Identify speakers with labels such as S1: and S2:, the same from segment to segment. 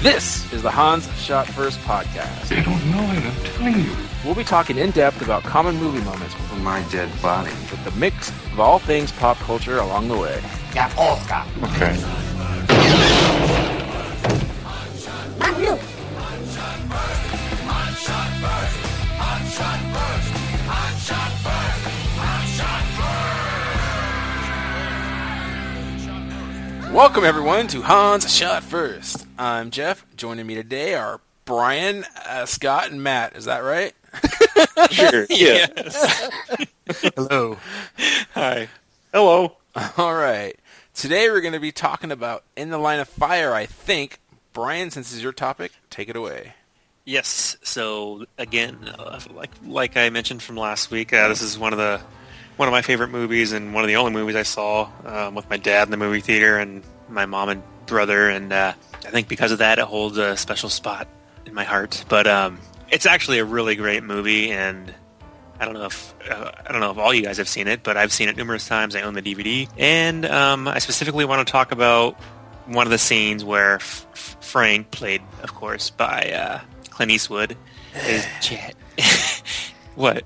S1: This is the Hans Shot First podcast.
S2: I don't know it, I'm telling you.
S1: We'll be talking in depth about common movie moments
S2: For my dead body.
S1: with the mix of all things pop culture along the way.
S2: Okay.
S1: Welcome everyone to Hans Shot First. I'm Jeff. Joining me today are Brian, uh, Scott, and Matt. Is that right?
S3: Sure. Yeah.
S1: Hello.
S3: Hi. Hello.
S1: All right. Today we're going to be talking about In the Line of Fire, I think. Brian, since this is your topic, take it away.
S3: Yes. So again, uh, like like I mentioned from last week, uh, this is one of the one of my favorite movies and one of the only movies I saw um, with my dad in the movie theater and my mom and brother, and uh, I think because of that, it holds a special spot in my heart. But um, it's actually a really great movie, and I don't know if uh, I don't know if all you guys have seen it, but I've seen it numerous times. I own the DVD, and um, I specifically want to talk about one of the scenes where F- F- Frank, played of course by uh, Clint Eastwood, is Chad. what?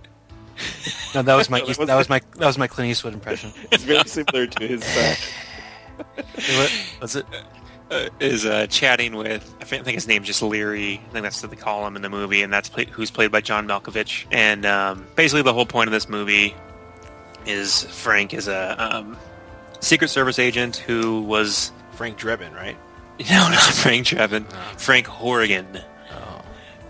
S4: No, that was my
S5: No, that
S4: East-
S5: wasn't
S4: that was my that was my Clint Eastwood impression.
S5: It's very similar to his uh,
S4: What- was it?
S3: uh, is uh, chatting with I think his name's just Leary. I think that's what they call him in the movie, and that's play, who's played by John Malkovich. And um, basically, the whole point of this movie is Frank is a um, Secret Service agent who was
S1: Frank Drebin, right?
S3: no, not Frank Trevin, Frank Horrigan,
S4: Oh.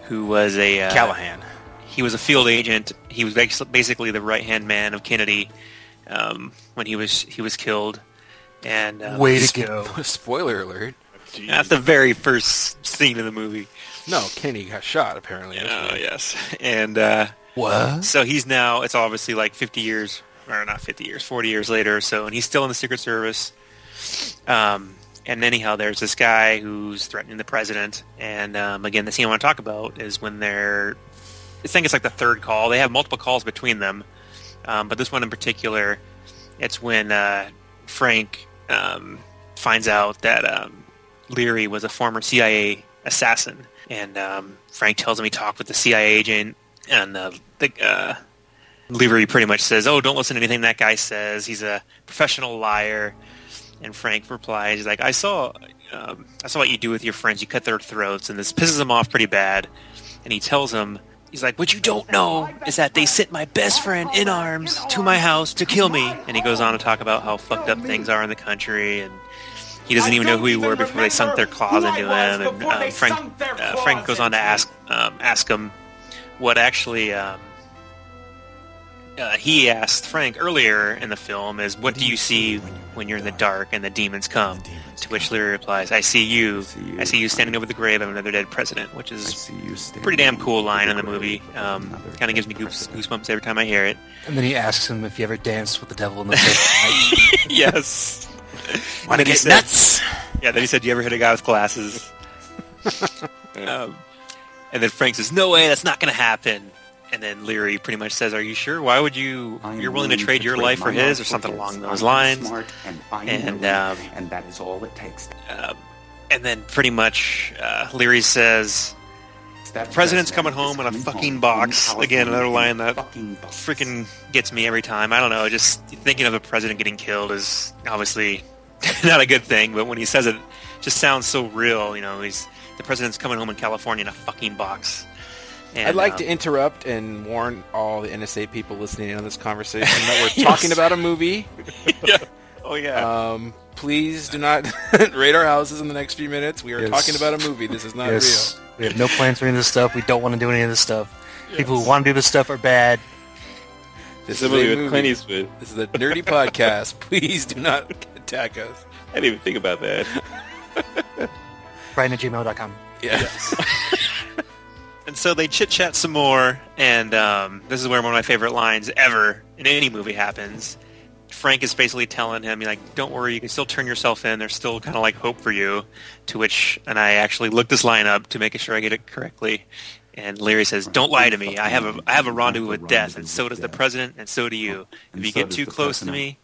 S3: who was a uh,
S1: Callahan.
S3: he was a field agent. He was bas- basically the right hand man of Kennedy um, when he was he was killed. And um,
S4: Way to go!
S1: Spoiler alert.
S3: That's the very first scene in the movie.
S1: No, Kennedy got shot, apparently.
S3: Oh yes, and uh,
S4: What?
S3: so he's now. It's obviously like fifty years, or not fifty years, forty years later or so, and he's still in the Secret Service. Um, and anyhow, there's this guy who's threatening the president, and um, again, the scene I want to talk about is when they're. I think it's like the third call. They have multiple calls between them, um, but this one in particular, it's when uh, Frank um, finds out that um, Leary was a former CIA assassin, and um, Frank tells him he talked with the CIA agent, and uh, the uh, Leary pretty much says, "Oh, don't listen to anything that guy says. He's a professional liar." And Frank replies, "He's like, I saw, um, I saw what you do with your friends. You cut their throats, and this pisses him off pretty bad." And he tells him, "He's like, what you don't know is that they sent my best friend in arms to my house to kill me." And he goes on to talk about how fucked up things are in the country, and he doesn't
S6: I
S3: even know
S6: don't
S3: who he
S6: even
S3: were before they sunk their
S6: remember
S3: claws
S6: who I
S3: into
S6: was
S3: him. And
S6: before
S3: um,
S6: they
S3: Frank,
S6: sunk their
S3: uh,
S6: claws
S3: Frank goes on to
S6: into me.
S3: ask um, ask him what actually um, uh, he asked Frank earlier in the film is, "What do you see when you're in the dark and the demons come?" to which Leary replies, "I see you. I see you, standing over the grave of another dead president," which is a pretty damn cool line in the movie. Um, kind of gives me goose, goosebumps every time I hear it.
S4: And then he asks him if he ever danced with the devil in the pit.
S3: yes.
S1: Want to
S3: Then he
S1: get
S3: said-
S1: nuts?
S3: Yeah, then he said, "You ever hit a guy with glasses?" um, and then Frank says, "No way, that's not going to happen." And then Leary pretty much says, "Are you sure? Why would you?
S7: I am
S3: You're willing to trade your
S7: trade
S3: life
S7: my
S3: for his, or
S7: for
S3: something
S7: his.
S3: along
S7: I
S3: those
S7: am
S3: lines?"
S7: smart and, I am
S3: And,
S7: willing,
S3: um,
S7: and that is all it takes.
S3: Um, and then pretty much uh, Leary says,
S7: That
S3: president's
S7: president
S3: coming
S7: is
S3: home in a fucking
S7: home
S3: box.
S7: in California
S3: Again, another
S7: in
S3: line that
S7: fucking box.
S3: "Freaking gets me every time." I don't know. Just thinking of the president getting killed is obviously not a good thing. But when he says it, it just sounds so real. You know, he's the president's coming home in California in a fucking box. And,
S1: I'd like
S3: um,
S1: to interrupt and warn all the NSA people listening in on this conversation that
S3: Yes.
S1: we're talking about a movie.
S3: Oh yeah.
S1: Um, please do not raid our houses in the next few minutes. We are
S4: Yes.
S1: talking about a movie. This is not
S4: yes, we have no plans for any of this stuff. We don't want to do any of this stuff. People who want to do this stuff are bad.
S1: real.
S7: This is
S1: This
S7: a
S1: is a
S7: movie with
S1: movie.
S7: Clint Eastwood.
S1: This is a nerdy podcast. Please do not attack us.
S7: I didn't even think about that.
S4: Brian at gmail.com.
S1: Yes.
S3: And so they chit chat some more, and um, this is where one of my favorite lines ever in any movie happens. Frank is basically telling him, like, don't worry, you can still turn yourself in. There's still kind of like hope for you. To which, and I actually looked this line up to make sure I get it correctly. And Leary says, "Don't lie to me. I have a I have a rendezvous with death, and so does the president, and so do you. If you get too close to me,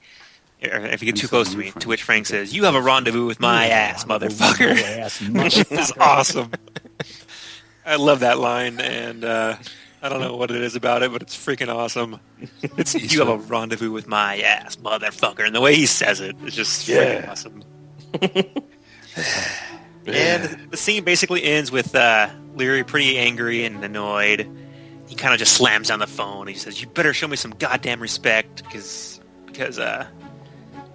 S3: or if you get
S7: And
S3: too
S7: so
S3: close to
S7: you,
S3: me,
S7: Frank.
S3: to which Frank says, "You have a rendezvous with my ass, motherfucker." Which is awesome. I love that line, and uh, I don't know what it is about it, but it's freaking awesome. It's you have a rendezvous with my ass, motherfucker, and the way he says it is just freaking
S5: Yeah.
S3: awesome. and the scene basically ends with uh, Leary pretty angry and annoyed. He kind of just slams down the phone. He says, "You better show me some goddamn respect, because because uh,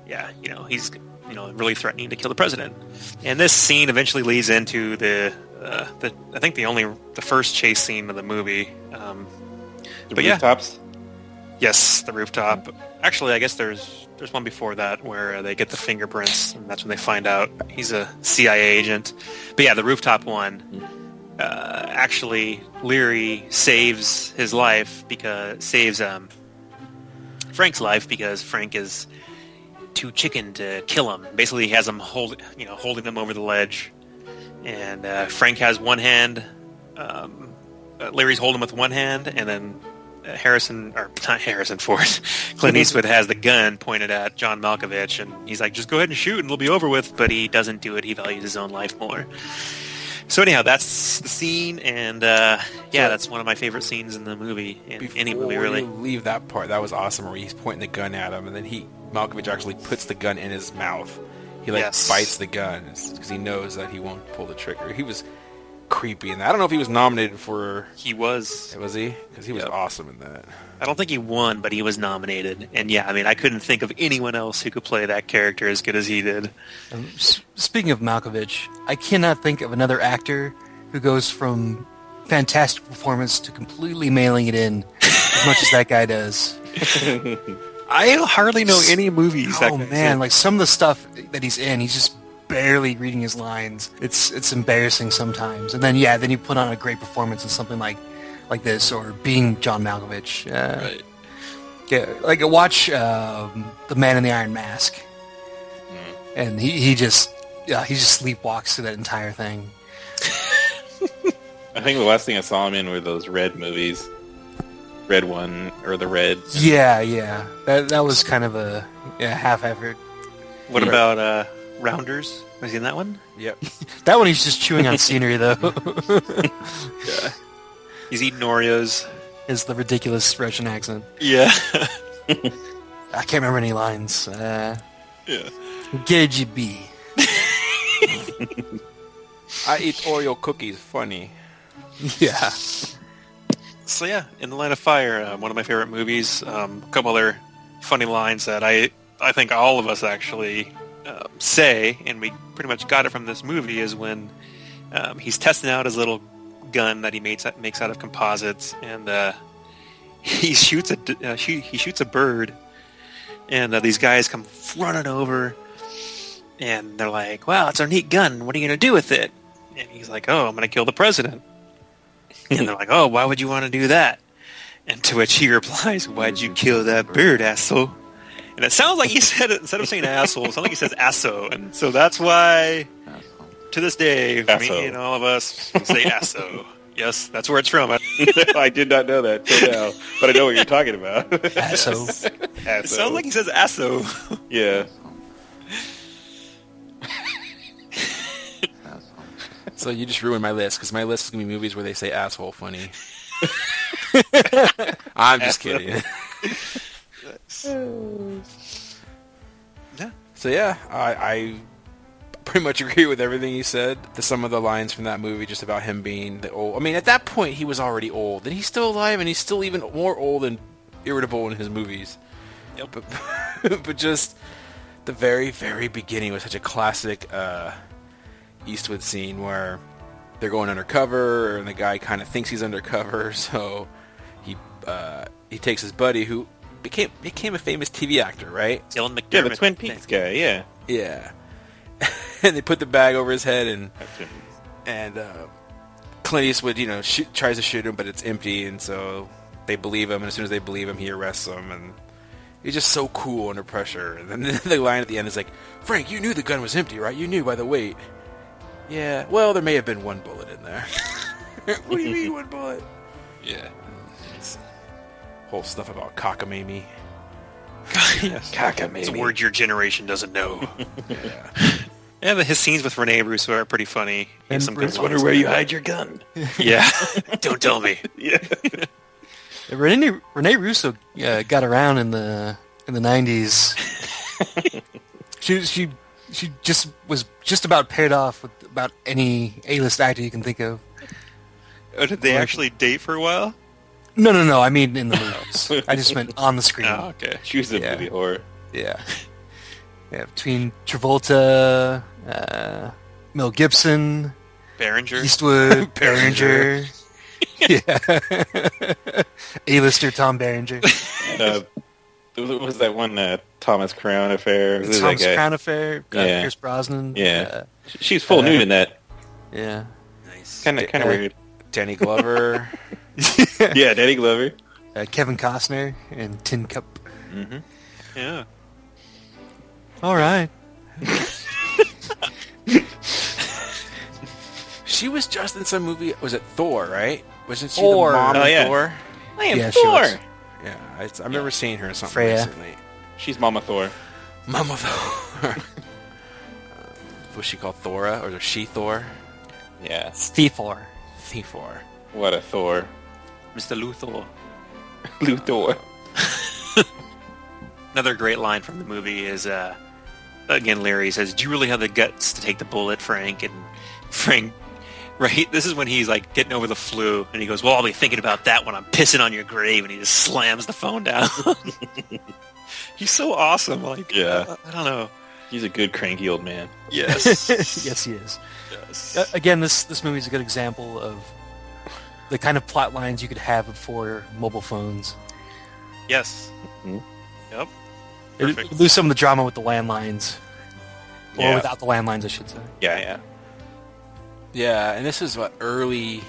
S3: yeah, you know, he's you know really threatening to kill the president. And this scene eventually leads into the uh, the I think the only the first chase scene of the movie. Um,
S5: The
S3: But yeah.
S5: rooftops.
S3: yes, the rooftop. Actually, I guess there's there's one before that where uh, they get the fingerprints, and that's when they find out he's a CIA agent. But yeah, the rooftop one. Uh, actually, Leary saves his life because saves um, Frank's life because Frank is too chicken to kill him. Basically, he has him hold, you know, holding them over the ledge, and uh, Frank has one hand. Um, uh, Larry's holding him with one hand, and then uh, Harrison or not Harrison Ford, Clint Eastwood has the gun pointed at John Malkovich, and he's like, "Just go ahead and shoot, and it'll be over with." But he doesn't do it. He values his own life more. So anyhow, that's the scene, and uh, yeah, that's one of my favorite scenes in the movie, in any movie
S1: Before
S3: really.
S1: you leave that part, that was awesome. Where he's pointing the gun at him, and then he Malkovich actually puts the gun in his mouth. He like
S3: Yes.
S1: bites the gun because he knows that he won't pull the trigger. He was creepy, and I don't know if he was nominated for
S3: He was
S1: was he because he was
S3: Yep.
S1: awesome in that.
S3: I don't think he won, but he was nominated. And yeah, I mean, I couldn't think of anyone else who could play that character as good as he did.
S4: S- Speaking of Malkovich, I cannot think of another actor who goes from fantastic performance to completely mailing it in as much as that guy does.
S3: I hardly know any movies.
S4: oh man, like some of the stuff that he's in, he's just barely reading his lines. It's it's embarrassing sometimes. And then yeah, then you put on a great performance in something like like this or being John Malkovich. Uh, Yeah, like watch um, the Man in the Iron Mask, and he he just yeah he just sleepwalks through that entire thing.
S5: I think the last thing I saw him in were those red movies. Red one or the red.
S4: Yeah, yeah, that that was kind of a yeah, half effort.
S3: what about uh, Rounders? Have you seen that one?
S1: Yep.
S4: That one he's just chewing on scenery though.
S3: He's eating Oreos.
S4: Is the ridiculous Russian accent.
S3: Yeah.
S4: I can't remember any lines. Uh,
S5: Yeah.
S4: Gage B.
S1: I eat Oreo cookies. Funny.
S4: Yeah.
S3: so yeah, In the Line of Fire, uh, one of my favorite movies. Um, a couple other funny lines that I I think all of us actually uh, say, and we pretty much got it from this movie, is when um, he's testing out his little gun that he makes makes out of composites, and uh, he shoots a d- uh, he, he shoots a bird, and uh, these guys come running over, and they're like, "Wow, it's our neat gun. What are you gonna do with it?" And he's like, "Oh, I'm gonna kill the president." and they're like, "Oh, why would you want to do that?" And to which he replies, "Why'd you kill that bird, asshole?" And it sounds like he said it instead of saying asshole, it sounds like he says asso, and so that's why to this day,
S5: Asso.
S3: me and all of us say asso. Yes, that's where it's from.
S5: I did not know that till now, but I know what you're talking about.
S4: So
S5: Asso.
S3: It sounds like he says asso.
S5: yeah.
S1: So you just ruined my list because my list is gonna be movies where they say asshole funny. I'm just kidding.
S3: Yeah.
S1: So yeah, I, I pretty much agree with everything he said. The, some of the lines from that movie, just about him being the old. I mean, at that point, he was already old, and he's still alive, and he's still even more old and irritable in his movies.
S3: Yep.
S1: But, but just the very, very beginning was such a classic uh, Eastwood scene where they're going undercover, and the guy kind of thinks he's undercover, so he uh, he takes his buddy who became became a famous TV actor, right?
S3: Dylan McDermott.
S5: Yeah, the Twin Peaks guy. Yeah.
S1: Yeah. and they put the bag over his head, and
S5: Captain.
S1: and uh, Clint Eastwood, you know, shoot, tries to shoot him, but it's empty, and so they believe him. And as soon as they believe him, he arrests him, and he's just so cool under pressure. And then the line at the end is like, "Frank, you knew the gun was empty, right? You knew by the weight." Yeah. Well, there may have been one bullet in there. what do you mean one bullet?
S5: Yeah.
S1: Whole stuff about cockamamie.
S3: yes.
S5: Caca, maybe.
S3: It's a word your generation doesn't know.
S1: Yeah.
S3: yeah, but his scenes with Rene Russo are pretty funny. He has
S4: And
S3: some good
S4: Bruce-
S5: I wonder
S3: lines
S5: where
S3: in
S5: you
S3: there.
S5: hide your gun.
S3: Yeah. Don't tell me.
S5: Yeah.
S4: Rene, Rene Russo uh, got around in the in the nineties. she she she just was just about paired off with about any A list actor you can think of.
S3: Oh, did they actually date for a while?
S4: No, no, no. I mean in the movies. I just meant on the screen.
S3: Oh, okay.
S5: She was a
S4: Yeah.
S5: movie whore.
S4: Yeah, yeah. Between Travolta, uh, Mel Gibson,
S3: Behringer.
S4: Eastwood, Behringer. yeah, A-lister Tom Berenger.
S5: Uh, what was that one uh, Thomas Crown affair? Who
S4: The
S5: was that
S4: Thomas
S5: guy?
S4: Crown Affair, uh,
S5: Yeah.
S4: Pierce Brosnan.
S5: Yeah. She she's full
S4: uh,
S5: nude in that.
S4: Uh, yeah.
S3: Nice.
S5: Kind of, kind
S4: uh,
S5: of weird.
S1: Danny Glover.
S5: Yeah, Danny Glover.
S4: Uh, Kevin Costner and Tin Cup.
S3: Yeah.
S4: All right.
S1: she was just in some movie. Was it Thor? Right? Wasn't she
S4: Thor.
S1: the mom
S5: Oh,
S1: in
S5: yeah.
S1: Thor?
S5: I am
S4: Yeah, she
S5: Thor.
S4: was.
S1: Yeah. I, I remember seeing her in something
S4: Freya.
S1: recently.
S5: She's Mama Thor.
S1: Mama Thor. um, was she called Thora or she Thor?
S5: Yeah.
S4: Thefor.
S1: Thefor.
S5: What a Thor.
S3: Mr. Luthor.
S5: Luthor.
S3: Another great line from the movie is, uh, again, Larry says, "Do you really have the guts to take the bullet, Frank?" And Frank, right? This is when he's like getting over the flu, and he goes, "Well, I'll be thinking about that when I'm pissing on your grave," and he just slams the phone down. he's so awesome. Like,
S5: Yeah.
S3: I don't know.
S5: He's a good cranky old man.
S3: Yes.
S4: Yes, he is.
S3: yes.
S4: Uh, again, this this movie is a good example of the kind of plot lines you could have before mobile phones.
S3: Yes.
S5: Mhm.
S3: Yep.
S4: It-
S3: Perfect.
S4: you lose some of the drama with the landlines, or
S5: Yeah.
S4: without the landlines, I should say.
S5: Yeah, yeah.
S1: Yeah, and this is what early.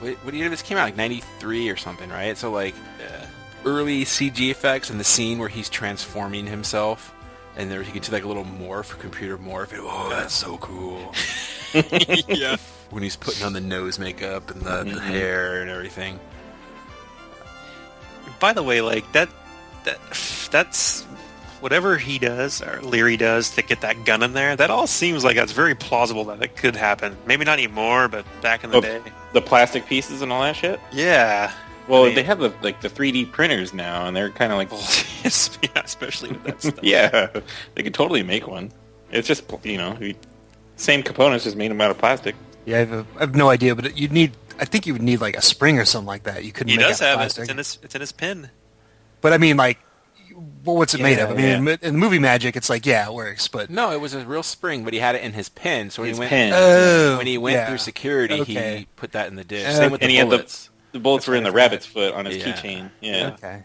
S1: What, what year did this came out? Like '93 or something, right? So like
S5: Yeah.
S1: early CG effects and the scene where he's transforming himself, and there you can see like a little morph, computer morph. And, oh, that's so cool.
S3: yeah.
S1: When he's putting on the nose makeup and the, the hair and everything.
S3: By the way, like that, that that's whatever he does or Leary does to get that gun in there. That all seems like that's very plausible that that could happen. Maybe not anymore, but back in the
S5: Oh.
S3: day,
S5: The plastic pieces and all that shit.
S3: yeah.
S5: Well,
S3: I mean-
S5: they have the like the 3D printers now, and they're kind of like,
S3: yeah, especially with that stuff.
S5: yeah, they could totally make one. It's just you know, you- same components, just made them out of plastic.
S4: Yeah, I have, a, I have no idea, but you'd need. I think you would need like a spring or something like that. You couldn't.
S3: he
S4: make
S3: does
S4: out of
S3: have it.
S4: plastic.
S3: It's in his. It's in his pin.
S4: But I mean, like, well, what's it made of? I
S5: Yeah,
S4: mean, in movie magic, it's like yeah, it works, but
S1: No, it was a real spring, but he had it in his pen. So when
S5: His
S1: he went
S5: pen.
S4: oh,
S1: when he went
S4: yeah.
S1: through security,
S4: Okay.
S1: he put that in the dish.
S4: Uh,
S1: Same with
S5: and he
S1: the
S5: had the-
S1: bullets.
S5: The bullets were in the rabbit's foot on his
S1: Yeah.
S5: keychain. Yeah.
S4: Okay,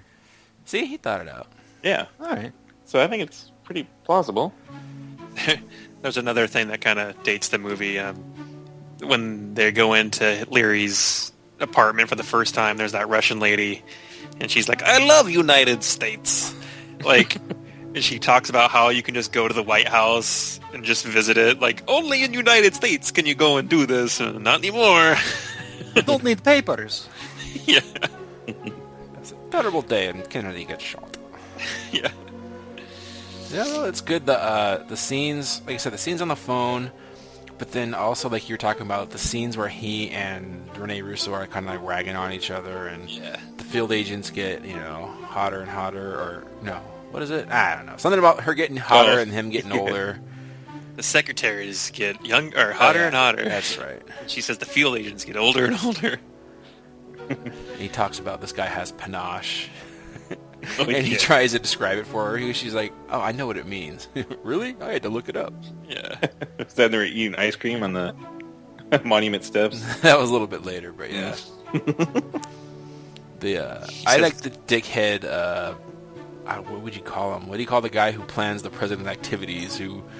S1: See, he thought it out.
S5: yeah,
S4: all right.
S5: So I think it's pretty plausible.
S3: There's another thing that kind of dates the movie. Um, when they go into Leary's apartment for the first time, there's that Russian lady, and she's like, "I love United States," like, and she talks about how you can just go to the White House and just visit it. Like, only in United States can you go and do this. Uh, Not anymore.
S4: don't need the papers.
S3: yeah,
S1: It's a terrible day, and Kennedy gets shot.
S3: yeah,
S1: Yeah, no, it's good. The uh, the scenes, like I said, the scenes on the phone, but then also like you were talking about the scenes where he and Rene Russo are kind of like ragging on each other, and
S3: yeah.
S1: the field agents get you know hotter and hotter, or no, what is it? I don't know. Something about her getting hotter
S5: Oh.
S1: and him getting older.
S3: The secretaries get young or hotter
S1: Oh, yeah.
S3: and hotter.
S1: That's right.
S3: She says the field agents get older and older.
S1: And he talks about this guy has panache.
S5: Oh,
S1: and he
S5: yeah.
S1: tries to describe it for her. He- She's like, "Oh, I know what it means." really? Oh, I had to look it up.
S3: Yeah.
S5: Is that they were eating ice cream on the monument steps?
S1: that was a little bit later, but yeah. the uh, I
S3: says-
S1: like the dickhead. Uh, I, what would you call him? What do you call the guy who plans the president's activities? Who?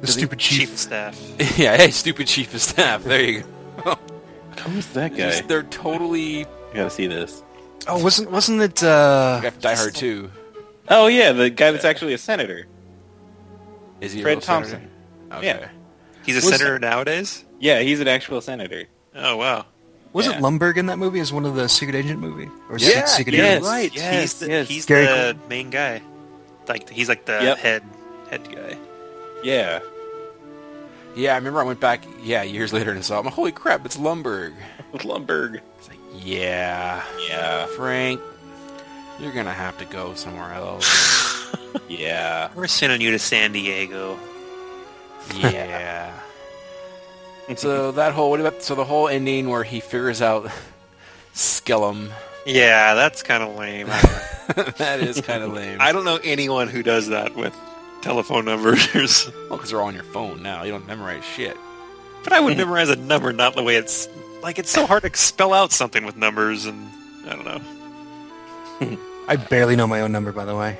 S4: The stupid chief.
S3: Chief of staff.
S1: yeah, hey, stupid chief of staff. There you go.
S5: Who's that guy?
S1: Just- they're totally.
S5: You gotta see this.
S4: Oh, wasn't wasn't it? Uh,
S1: You have to Die Hard too.
S5: Oh yeah, the guy that's actually a senator.
S1: Is he a
S5: Fred
S1: real senator?
S5: Thompson.
S1: Okay.
S5: Yeah.
S3: He's a
S5: Was-
S3: senator nowadays.
S5: Yeah, he's an actual senator.
S3: Oh wow.
S4: Was
S3: Yeah.
S4: it Lumberg in that movie as one of the secret agent movie or
S1: Yeah,
S4: six secret
S1: yeah.
S4: agents?
S3: right.
S5: yes,
S3: he's the,
S5: yes.
S3: he's
S4: Gary
S3: the main guy. Like he's like the
S5: Yep.
S3: head head guy.
S5: Yeah.
S1: Yeah, I remember I went back, yeah, years later and saw it. I'm like, holy crap, it's Lumberg.
S5: With Lumberg.
S1: Yeah.
S5: Yeah.
S1: Frank, you're going to have to go somewhere else.
S5: Yeah.
S3: We're sending you to San Diego.
S1: yeah. so that whole, what about, so the whole ending where he figures out Skellum,
S3: Yeah, that's kind of lame. I don't,
S1: that is kind of lame.
S3: I don't know anyone who does that with telephone numbers.
S1: Well, because Oh, they're all on your phone now. You don't memorize shit.
S3: but I would memorize a number, not the way it's like. It's so hard to spell out something with numbers, and I don't know.
S4: I barely know my own number, by the way.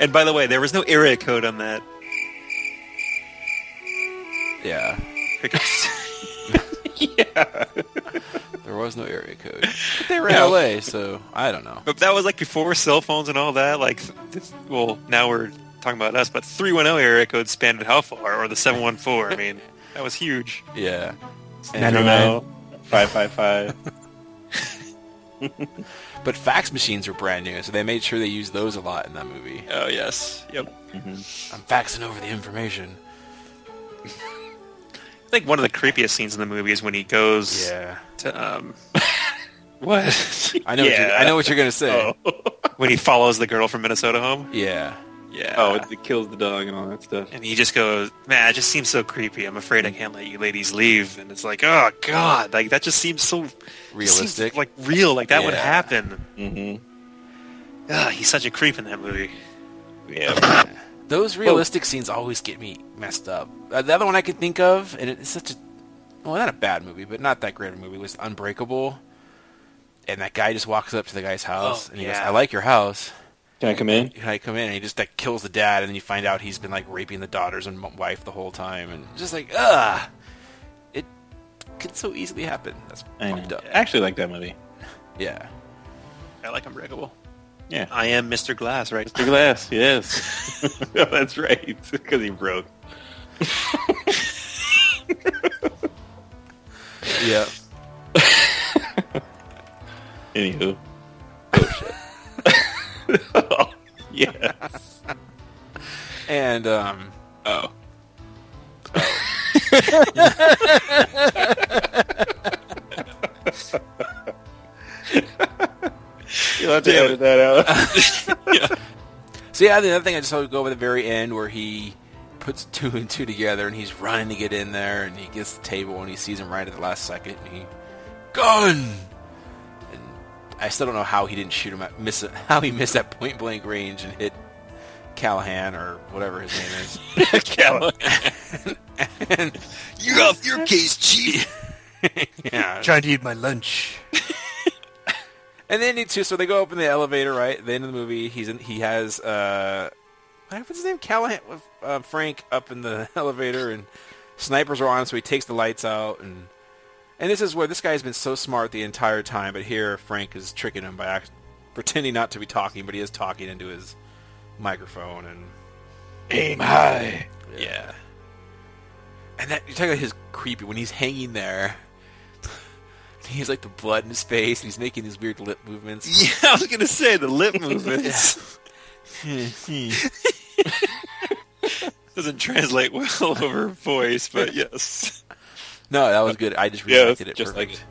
S3: And by the way, there was no area code on that.
S1: Yeah.
S3: pickup.
S1: There was no area code. But they were
S3: No.
S1: in LA, so I don't know.
S3: But that was like before cell phones and all that. Like, th- well, now we're talking about us, but 310 area code spanned how far? Or the 714? I mean, that was huge.
S1: Yeah.
S4: I don't know.
S5: Five five five.
S1: But fax machines were brand new, so they made sure they used those a lot in that movie.
S3: Oh, yes. Yep.
S1: I'm faxing over the information.
S3: I think one of the creepiest scenes in the movie is when he goes
S1: Yeah.
S3: to, um, what?
S1: I know. What you're, I know what you're gonna say.
S3: Oh. when he follows the girl from Minnesota home.
S1: Yeah.
S3: Yeah.
S5: Oh, it, it kills the dog and all that stuff.
S3: and he just goes, man, it just seems so creepy. I'm afraid I can't let you ladies leave. And it's like, oh, God. Like, that just seems so just seems,
S1: Realistic.
S3: like, real. Like, that would
S1: Yeah.
S3: happen.
S5: Mm-hmm.
S3: Ugh, he's such a creep in that movie.
S5: Yeah.
S1: Those realistic scenes always get me messed up. Uh, the other one I could think of, and it's such a well, not a bad movie, but not that great of a movie, was Unbreakable. And that guy just walks up to the guy's house,
S3: Oh,
S1: and he goes,
S3: yeah.
S1: "I like your house."
S5: Can I come in?
S1: And I come in, and he just like kills the dad, and then you find out he's been like raping the daughters and m- wife the whole time, and just like, ugh, it could so easily happen. That's
S5: I know.
S1: fucked up.
S5: I actually like that movie.
S1: Yeah.
S3: I like Unbreakable.
S5: Yeah.
S3: I am Mr. Glass, right?
S5: Mr. Glass, yes. Oh, That's right, because he broke.
S1: Yeah.
S5: Anywho. Oh, shit. oh, yeah.
S1: And um,
S5: Oh. You'll have to
S3: Damn.
S5: edit that out.
S1: so yeah, the other thing I just want to go over the very end where he puts two and two together, and he's running to get in there, and he gets the table, and he sees him right at the last second, and he gun. And I still don't know how he didn't shoot him at miss how he missed that point blank range and hit Callahan or whatever his name is. and
S3: You're off your case, chief.
S1: yeah.
S4: Trying to eat my lunch.
S1: And they need to, so they go up in the elevator, right? At the end of the movie, he's in, he has uh, what's his name, Callahan, uh, Frank, up in the elevator, and snipers are on, so he takes the lights out, and and this is where this guy's been so smart the entire time, but here Frank is tricking him by act- pretending not to be talking, but he is talking into his microphone, and
S5: Aim high.
S1: yeah, and that you talk about his creepy when he's hanging there. He's like the blood in his face, and he's making these weird lip movements.
S3: yeah, I was gonna say the lip movements doesn't translate well over voice, but yes.
S1: No, that was good. I just
S5: Yeah,
S1: rejected it
S5: just
S1: perfect.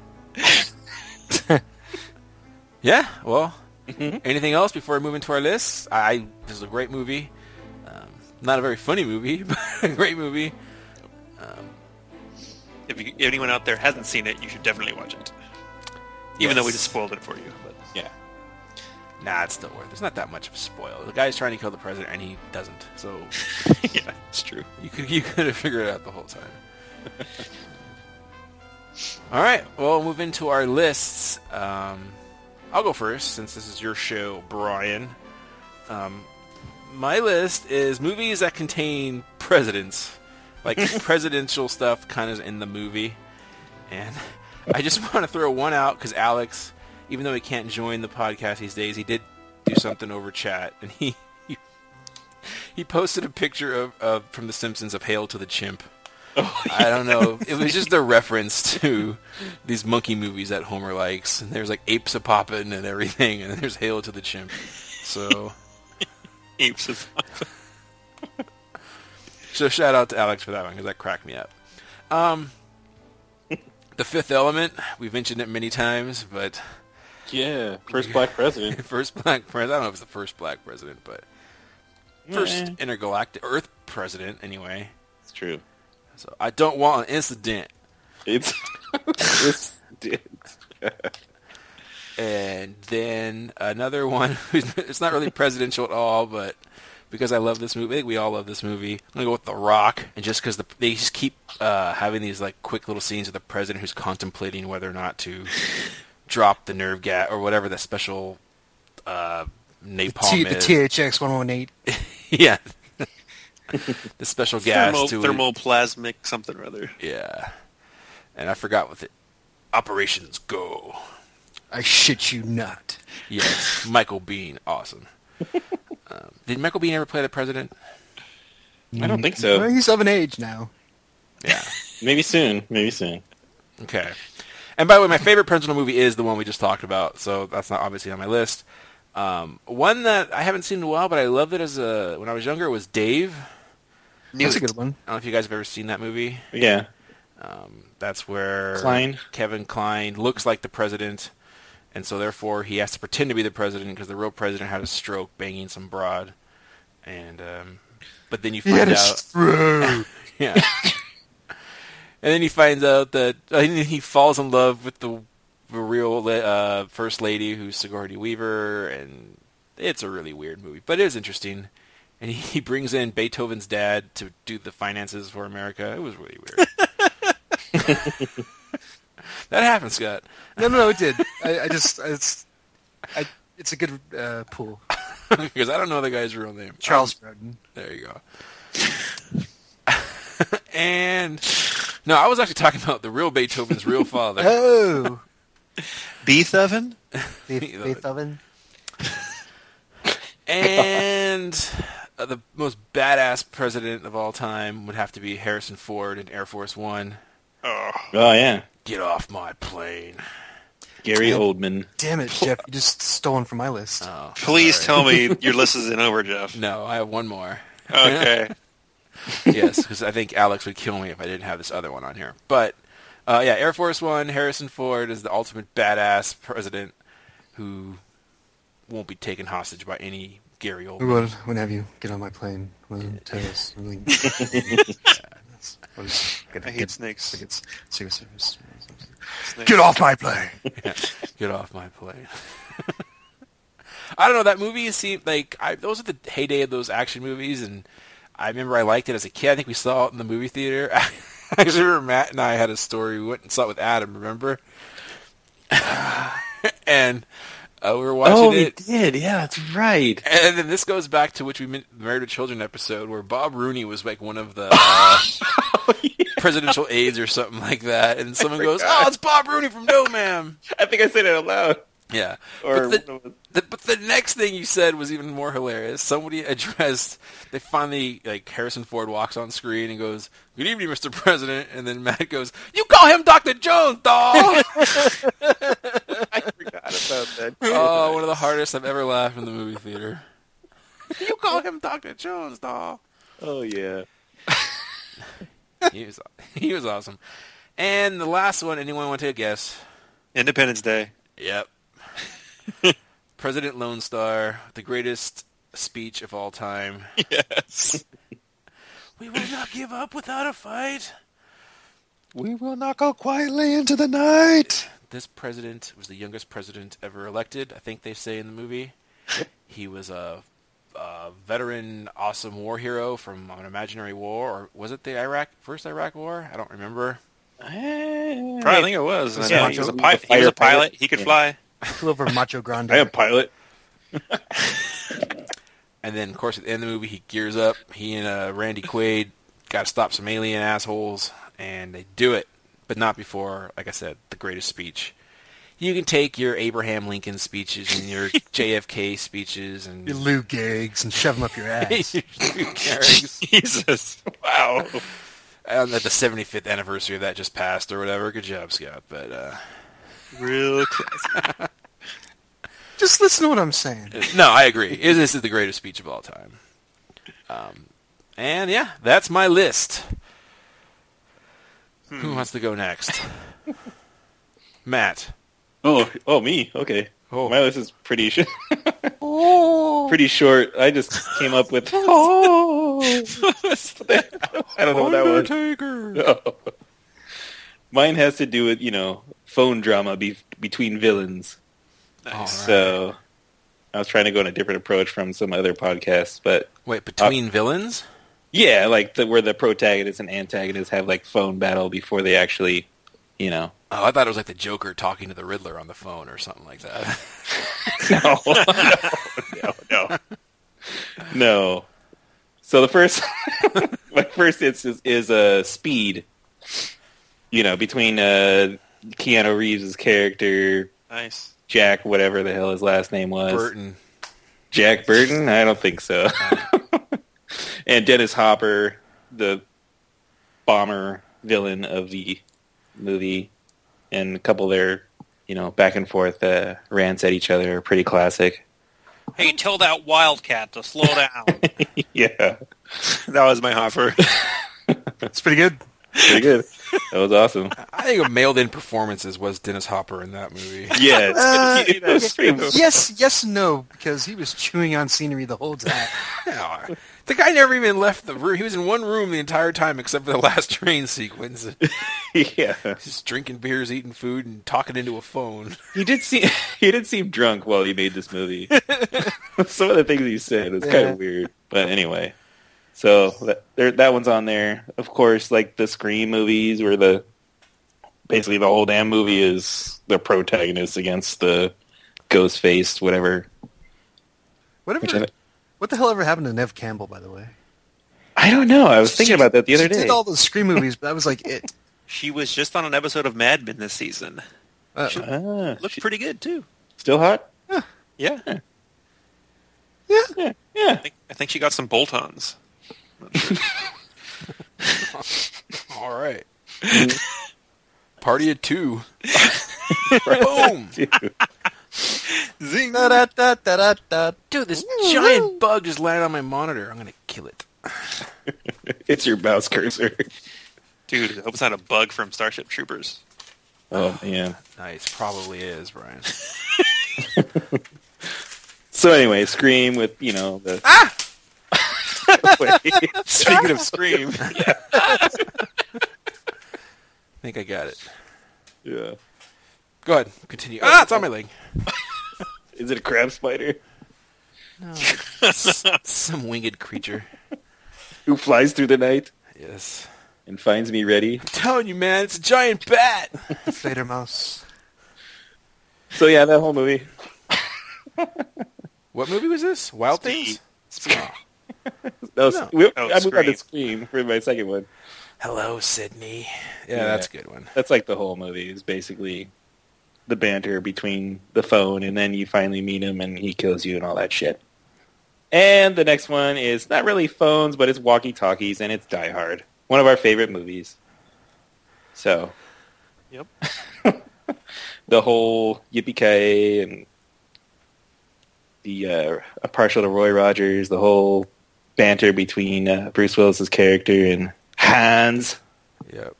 S5: like
S1: yeah. Well, anything else before we move into our list? I, I this is a great movie. Um, not a very funny movie, but a great movie.
S3: If, you, if anyone out there hasn't seen it, you should definitely watch it. Even
S1: Yes.
S3: though we just spoiled it for you, but
S5: Yeah.
S1: Nah, it's still worth. it. It's not that much of a spoil. The guy's trying to kill the president, and he doesn't. So
S3: yeah, it's true.
S1: you could you could have figured it out the whole time. All right. Well, we'll move into our lists. Um, I'll go first since this is your show, Brian. Um, my list is movies that contain presidents, like presidential stuff, kind of in the movie. And I just want to throw one out because Alex, even though he can't join the podcast these days, he did do something over chat, and he he, he posted a picture of, of from The Simpsons of Hail to the Chimp, I don't know. It was just a reference to these monkey movies that Homer likes. And there's like apes a poppin' and everything, and there's Hail to the Chimp. So,
S3: Apes of
S1: so shout out to Alex for that one because that cracked me up. Um, the Fifth Element. We've mentioned it many times, but
S5: Yeah, first black president.
S1: first black president. I don't know if it's the first black president, but first
S5: Yeah,
S1: intergalactic Earth president anyway.
S5: it's true.
S1: So I don't want an incident.
S5: It's it's
S1: And then another one. who's- it's not really presidential at all, but because I love this movie, I think we all love this movie. I'm gonna go with The Rock, and just because the, they just keep uh, having these like quick little scenes of the president who's contemplating whether or not to drop the nerve gas or whatever that special uh, napalm
S4: T- the
S1: is.
S4: THX 118.
S1: yeah, the special gas
S3: thermo,
S1: to
S3: thermoplasmic something or other.
S1: yeah. And I forgot what the operations go.
S4: I shit you not.
S1: Yes, Michael Bean, awesome. um, did Michael Bean ever play the president?
S5: I don't think
S4: Well,
S5: so.
S4: he's of an age now.
S1: Yeah.
S5: Maybe soon. Maybe soon.
S1: Okay. And by the way, my favorite presidential movie is the one we just talked about, so that's not obviously on my list. Um, one that I haven't seen in a while, but I loved it as a when I was younger was Dave.
S3: Knew
S4: That's a
S3: it.
S4: good one.
S1: I don't know if you guys have ever seen that movie.
S5: Yeah.
S1: Um, that's where
S5: Klein.
S1: Kevin Klein looks like the president, and so therefore he has to pretend to be the president because the real president had a stroke banging some broad. And um, but then you
S4: He
S1: find
S4: had a
S1: out
S4: stroke.
S1: Yeah. and then he finds out that uh, and then he falls in love with the the real la- uh, first lady, who's Sigourney Weaver, and it's a really weird movie, but it is interesting. And he, he brings in Beethoven's dad to do the finances for America. It was really weird. that happened, Scott.
S4: no, no, no, it did. I, I just, it's, I, it's a good uh, pool. Um,
S1: Because I don't know the guy's real name.
S4: Charles Broden.
S1: There you go. and no, I was actually talking about the real Beethoven's real father.
S4: Oh,
S3: Beethoven?
S4: Be- Beethoven.
S1: And uh, the most badass president of all time would have to be Harrison Ford in Air Force One.
S5: Oh yeah.
S1: Get off my plane.
S5: Gary Oldman.
S4: Damn it, Jeff! You just stolen from my list.
S1: Oh,
S3: Please
S1: sorry.
S3: tell me your list isn't over, Jeff.
S1: No, I have one more.
S3: Okay.
S1: yes, because I think Alex would kill me if I didn't have this other one on here. But uh, yeah, Air Force One. Harrison Ford is the ultimate badass president who won't be taken hostage by any Gary
S4: We
S1: Oldman.
S4: would, when have you get on my plane? Wasn't terrorist. Really.
S3: I hate snakes.
S4: Secret Service.
S3: Snakes.
S4: Get off my plane!
S1: Get off my plane. I don't know. That movie seemed like I, those are the heyday of those action movies, and I remember I liked it as a kid. I think we saw it in the movie theater. I actually remember Matt and I had a story. We went and saw it with Adam. Remember? and uh, we were watching
S5: Oh, he
S1: it.
S5: did. Yeah, that's right.
S1: And then this goes back to which we min- married with children episode where Bob Rooney was like one of the uh, presidential aides or something like that, and someone goes, "Oh, it's Bob Rooney from No Man."
S5: I think I said it out loud.
S1: Yeah.
S5: Or
S1: but, the, the, but the next thing you said was even more hilarious. Somebody addressed. They finally like Harrison Ford walks on screen and goes, "Good evening, Mr. President," and then Matt goes, "You call him Doctor Jones, dog."
S5: I forgot about that.
S1: oh, one of the hardest I've ever laughed in the movie theater. you call him Doctor Jones, dog.
S5: Oh yeah.
S1: He was he was awesome. And the last one, anyone want to take a guess?
S3: Independence Day.
S1: Yep. President Lone Star, the greatest speech of all time.
S3: Yes.
S1: We will not give up without a fight.
S6: We will not go quietly into the night.
S1: This president was the youngest president ever elected, I think they say in the movie. He was a, a veteran, awesome war hero from an imaginary war, or was it the Iraq first Iraq War? I don't remember.
S3: Probably I think it was.
S4: Was
S3: I know.
S4: it
S3: he, was a
S5: Macho-
S3: pi- he was a
S5: firefighter?
S3: pilot. He could
S5: Yeah.
S3: fly.
S4: Flew over Macho Grande.
S5: I am pilot.
S1: And then, of course, at the end of the movie, he gears up. He and uh, Randy Quaid got to stop some alien assholes, and they do it, but not before, like I said, the greatest speech. You can take your Abraham Lincoln speeches and your JFK speeches and
S4: You Lou Gehrigs and shove him up your ass.
S1: Garrick's.
S3: Jesus. Wow.
S1: Um, that the 75th anniversary of that just passed or whatever. Good job, Scott. But uh,
S3: Real classy.
S4: Just listen to what I'm saying.
S1: no, I agree. It- This is the greatest speech of all time. Um, and yeah, that's my list. Who wants to go next? Matt.
S5: Oh, oh, me. Okay.
S1: Oh.
S5: My list is pretty sh- pretty short. I just came up with. I don't know what that was. Oh.
S1: Undertaker.
S5: Mine has to do with you know phone drama be- between villains. So I was trying to go on a different approach from some other podcasts, but
S1: Wait, between villains?
S5: yeah, like the, where the protagonist and antagonist have like phone battle before they actually, you know.
S1: Oh, I thought it was like the Joker talking to the Riddler on the phone or something like that.
S5: No, no, no, no. No. So the first, my first instance is uh, Speed. You know, between uh, Keanu Reeves' character
S3: nice.
S5: Jack, whatever the hell his last name was,
S1: Burton.
S5: Jack Burton? I don't think so. and Dennis Hopper, the bomber villain of the movie, and a couple of their, you know, back and forth uh, rants at each other are pretty classic.
S3: Hey, tell that wildcat to slow down.
S5: yeah,
S3: that was my hopper.
S4: It's pretty good.
S5: pretty good. that was awesome.
S1: I think of mailed in performances was Dennis Hopper in that movie.
S5: Yeah, it's- it was pretty cool.
S4: Yes, yes, no, because he was chewing on scenery the whole time.
S1: Yeah. The guy never even left the room. He was in one room the entire time except for the last train sequence.
S5: yeah.
S1: Just drinking beers, eating food, and talking into a phone.
S5: He did seem he did seem drunk while he made this movie. Some of the things he said was kind
S4: Yeah.
S5: of weird, but anyway. So that there, that one's on there. Of course, like the Scream movies, where the basically the whole damn movie is the protagonist against the ghost faced whatever. Which
S4: Whatever.
S5: I-
S4: What the hell ever happened to Nev Campbell, by the way?
S5: I don't know. I was
S4: She-
S5: thinking about that the other
S4: she
S5: day.
S4: Did all those scream movies, but that was like it.
S3: She was just on an episode of Mad Men this season.
S4: Uh,
S5: Ah,
S3: Looked
S5: she-
S3: pretty good too.
S5: still hot?
S3: Yeah, I
S5: Yeah, yeah.
S3: think, I think she got some bolt-ons.
S1: All right. Party at two. Boom!
S4: Zing. Da, da, da, da, da, da.
S1: Dude, this giant bug just landed on my monitor. I'm going to kill it.
S5: It's your mouse cursor.
S3: Dude, I hope it's not a bug from Starship Troopers.
S5: Oh man.
S1: Nice. Probably is, Brian.
S5: So anyway, Scream with you know the.
S3: Speaking of Scream,
S1: I think I got it.
S5: yeah.
S1: Go ahead. Continue. Ah, it's on my leg.
S5: Is it a crab spider
S1: Some winged creature.
S5: who flies through the night
S1: Yes.
S5: and finds me ready?
S1: I'm telling you, man, it's a giant bat.
S4: Fader Mouse.
S5: So yeah, that whole movie.
S1: What movie was this? Wild Things?
S5: That was,
S1: No.
S5: we-
S3: Oh,
S5: I moved on
S3: Scream.
S5: to Scream for my second one.
S1: Hello, Sydney. Yeah,
S5: Yeah.
S1: that's a good one.
S5: That's like the whole movie is basically the banter between the phone and then you finally meet him and he kills you and all that shit. And the next one is not really phones, but it's walkie-talkies and it's Die Hard, one of our favorite movies. So,
S3: Yep.
S5: the whole yippee and the uh, a partial to Roy Rogers, the whole banter between uh, Bruce Willis's character and Hans,
S1: Yep.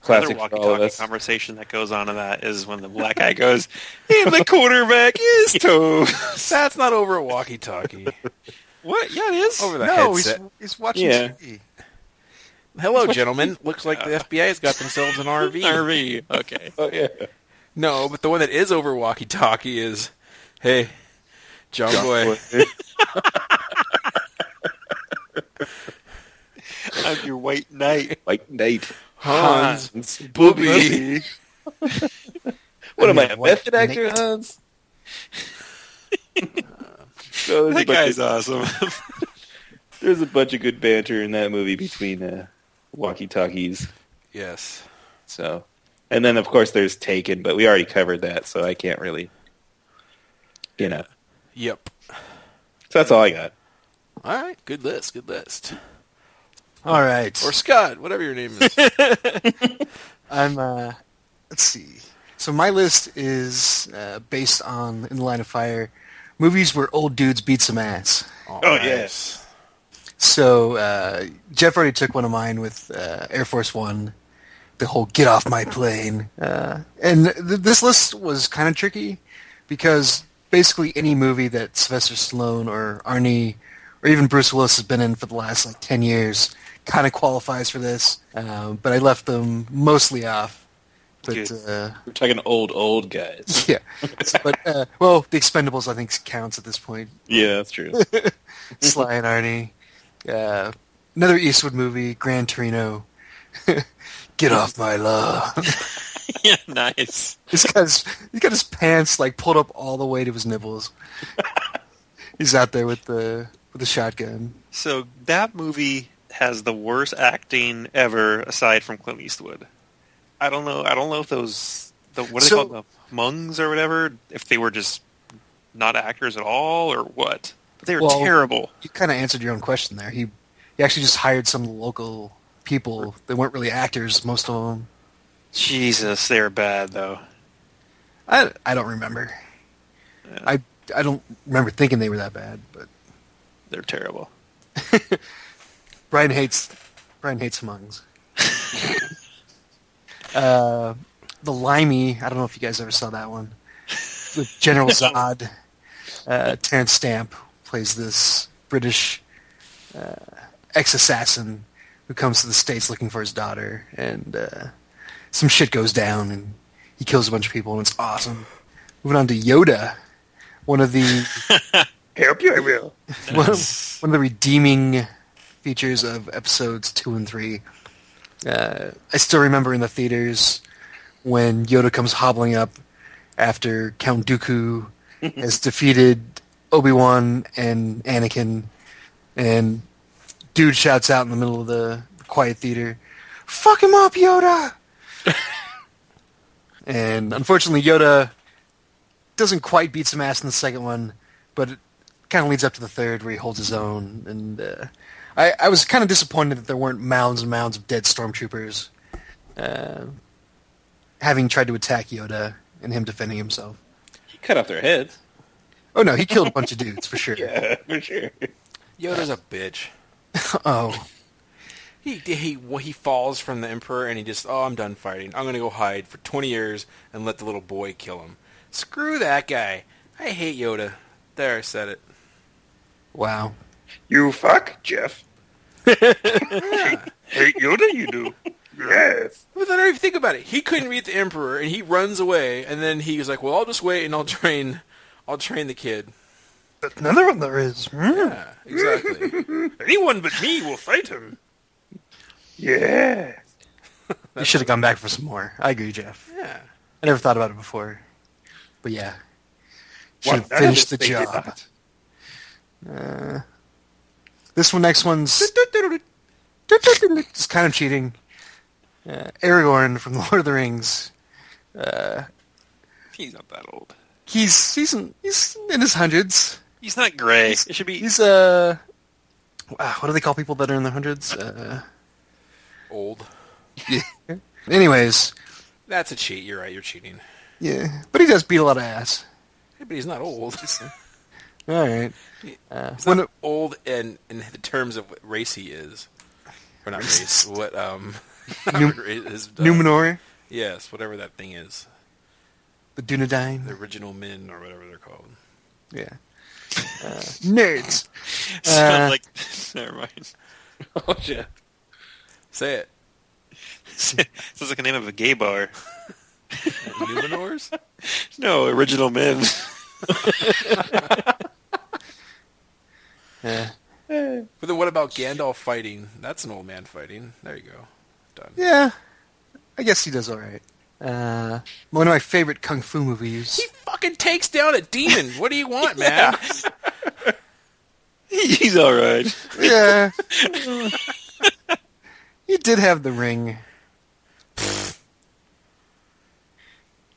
S5: classic
S3: Another
S5: for all of
S3: walkie-talkie
S5: us.
S3: conversation that goes on in that is when the black guy goes, "And the quarterback is toast."
S1: That's not over a walkie-talkie.
S3: What? Yeah, it is.
S1: over the
S4: No, he's,
S1: headset.
S4: he's watching
S5: Yeah.
S4: TV.
S1: Hello, gentlemen. Looks like the FBI has got themselves an RV.
S3: RV. Okay.
S5: Oh yeah,
S1: No, but the one that is over walkie-talkie is, hey, John, Boy.
S3: I'm your white knight.
S5: like Nate.
S1: Hans,
S5: Booby.
S1: Booby.
S5: What am I,
S4: Yeah,
S5: a
S4: what-
S5: method actor, Hans? so there's, a
S3: That
S5: bunch
S3: guy's
S5: of,
S3: awesome.
S5: there's a bunch of good banter in that movie between uh, walkie-talkies.
S1: Yes.
S5: So, and then of course there's Taken, but we already covered that, so I can't really, you know.
S1: Yep.
S5: So that's all I got.
S1: All right. Good list. Good list.
S4: All right.
S1: Or Scott, whatever your name is.
S4: I'm. Uh, let's see. So my list is uh, based on In the Line of Fire, movies where old dudes beat some ass.
S5: Oh, yes.
S4: So uh, Jeff already took one of mine with uh, Air Force One, the whole "get off my plane," uh, and th- this list was kind of tricky because basically any movie that Sylvester Stallone or Arnie or even Bruce Willis has been in for the last like ten years kind of qualifies for this, um, but I left them mostly off. But
S3: Good.
S4: uh,
S5: We're talking old, old guys.
S4: yeah, So, but uh, well, the Expendables I think counts at this point.
S5: yeah, that's true.
S4: Sly and Arnie. Uh, another Eastwood movie, Gran Torino. Get off my lawn.
S3: yeah, nice.
S4: He's got, his, he's got his pants like pulled up all the way to his nipples. he's out there with the with the shotgun.
S3: So that movie has the worst acting ever, aside from Clint Eastwood. I don't know. I don't know if those the what are
S4: So-
S3: they called the mungs or whatever, if they were just not actors at all or what. But they were
S4: Well-
S3: terrible.
S4: You kind of answered your own question there. He he actually just hired some local people. They weren't really actors, most of them.
S3: Jesus, they were bad though.
S4: I I don't remember. I I don't remember thinking they were that bad, but
S3: They're terrible.
S4: Brian hates Brian hates Mungs. uh, the Limey. I don't know if you guys ever saw that one. With General Zod, uh, Terrence Stamp plays this British uh, ex-assassin who comes to the states looking for his daughter, and uh, some shit goes down, and he kills a bunch of people, and it's awesome. Moving on to Yoda, one of the
S5: Help you, I will.
S4: one, of, one of the redeeming features of episodes two and three. Uh, I still remember in the theaters when Yoda comes hobbling up after Count Dooku has defeated Obi Wan and Anakin, and dude shouts out in the middle of the quiet theater, "Fuck him up, Yoda!" and unfortunately, Yoda doesn't quite beat some ass in the second one, but it kind of leads up to the third where he holds his own. And uh, I, I was kind of disappointed that there weren't mounds and mounds of dead stormtroopers uh, having tried to attack Yoda and him defending himself.
S5: He cut off their heads.
S4: Oh no, he killed a bunch of dudes for sure.
S5: Yeah, for sure.
S1: Yoda's a bitch.
S4: Oh,
S1: He he he falls from the emperor and he just oh I'm done fighting. I'm gonna go hide for 20 years and let the little boy kill him. Screw that guy. I hate Yoda. There I said it.
S4: wow.
S5: You fuck, Jeff. hey, Yoda, you do. Yes.
S1: But then I don't even think about it. He couldn't beat the emperor and he runs away and then he was like, well I'll just wait and I'll train, I'll train the kid.
S4: But another one there is. Hmm.
S1: Yeah, exactly.
S3: Anyone but me will fight him.
S5: Yeah.
S4: You should have gone back for some more. I agree, Jeff.
S1: yeah.
S4: I never thought about it before. But yeah. Should have finished the job. Uh, This one, next one's it's kind of cheating. Uh, Aragorn from The Lord of the Rings. Uh,
S3: He's not that old.
S4: He's he's in, he's in his hundreds.
S3: He's not gray. It should be
S4: He's uh, wow, what do they call people that are in their hundreds? Uh,
S1: Old.
S4: anyways,
S1: That's a cheat. You're right. You're cheating.
S4: yeah, but he does beat a lot of ass.
S1: Hey, but he's not old. he's
S4: All right. Uh,
S1: not
S4: when-
S1: old in in the terms of what race he is, or not race. what um.
S4: Num-
S1: his, uh,
S4: Numenor,
S1: Yes, whatever that thing is.
S4: the
S1: The
S4: Dunedain.
S1: original men or whatever they're called.
S4: Yeah. Uh, nerds.
S3: sound
S4: uh,
S3: like. Never mind.
S5: Oh, Jeff.
S1: Say it.
S3: Sounds like the name of a gay bar.
S1: Numenors?
S3: No, original men.
S4: Yeah.
S1: But then what about Gandalf fighting? That's an old man fighting. There you go. Done.
S4: Yeah, I guess he does all right. Uh, one of my favorite kung fu movies.
S1: He fucking takes down a demon. What do you want, man?
S3: He's all right.
S4: yeah. he did have the ring.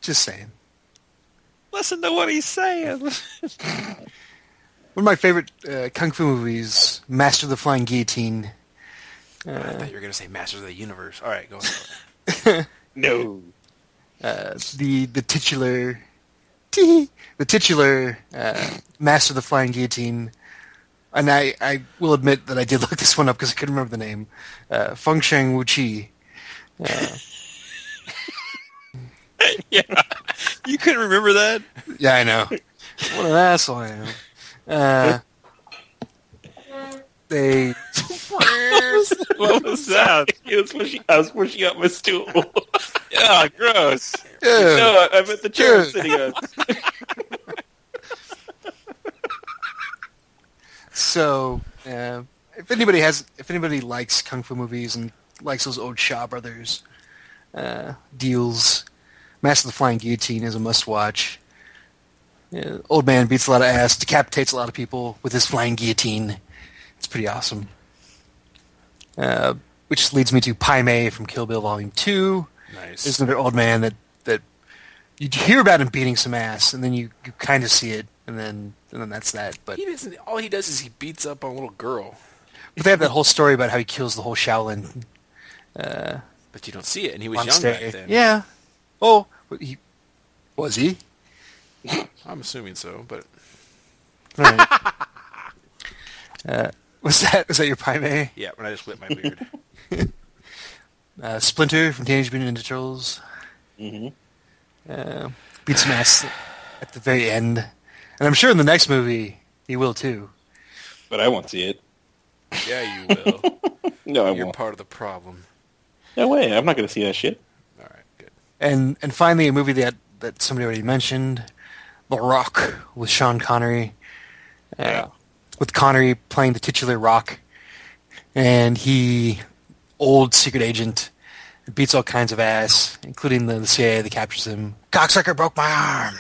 S4: Just saying.
S3: Listen to what he's saying.
S4: One of my favorite uh, kung fu movies, Master of the Flying Guillotine.
S1: I thought you were gonna say Masters of the Universe. All right, go on.
S5: No.
S4: uh, the the titular the titular uh, master of the flying guillotine and I, I will admit that I did look this one up because I couldn't remember the name. Uh, Feng Sheng Wu Qi.
S3: yeah, you couldn't remember that.
S4: Yeah, I know. What an asshole I am. Uh, they
S5: What was that? It was pushing, I was pushing up my stool.
S3: Yeah, gross.
S5: no, I'm at the chair I'm sitting on.
S4: So, uh, if anybody has, if anybody likes kung fu movies and likes those old Shaw Brothers uh, deals, Master of the Flying Guillotine is a must-watch. Yeah, old man beats a lot of ass, decapitates a lot of people with his flying guillotine. It's pretty awesome. Uh, which leads me to Pai Mei from Kill Bill Volume Two.
S1: Nice.
S4: There's another old man that that you hear about him beating some ass, and then you, you kind of see it, and then and then that's that. But
S1: He doesn't. All he does is he beats up on a little girl,
S4: But they have that whole story about how he kills the whole Shaolin
S1: but you don't see it, and he was young
S4: monastery.
S1: back then.
S4: Yeah. Oh, but he was he?
S1: I'm assuming so, but
S4: All right. uh, was that was that your prime A?
S1: yeah, when I just whipped my beard.
S4: Uh, Splinter from Teenage Mutant Ninja Turtles. Mm-hmm. Uh, beats some ass at the very end, and I'm sure in the next movie he will too.
S5: But I won't see it.
S1: yeah, you will.
S5: No, I
S1: You're
S5: won't.
S1: part of the problem.
S5: No way. I'm not going to see that shit.
S1: All right, good.
S4: And and finally, a movie that that somebody already mentioned, The Rock with Sean Connery. Uh, With Connery playing the titular Rock, and he old secret agent beats all kinds of ass, including the, the CIA that captures him. Cocksucker broke my arm.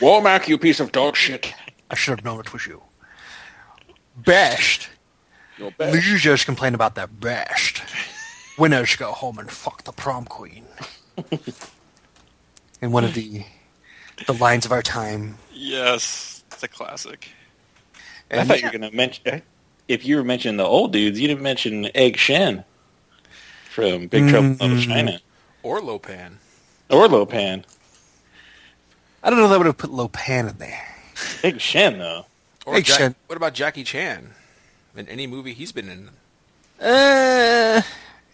S5: Womack, you piece of dog shit.
S4: I should have known it was you. Bashed.
S5: You're bad.
S4: Losers complain about their best. Winners go home and fuck the prom queen. In one of the the lines of our time.
S3: Yes, it's a classic.
S5: I thought you were going to mention. eh, If you were mentioning the old dudes, you didn't mention Egg Shen from Big Trouble in Little
S4: Mm-hmm.
S5: China
S1: Or Lopan.
S5: or Lopan.
S4: I don't know that would have put Lopan in there.
S5: Egg Shen though.
S1: Or
S4: Hey,
S1: Jack-
S4: Shen.
S1: what about Jackie Chan? In any movie he's been in,
S4: Uh,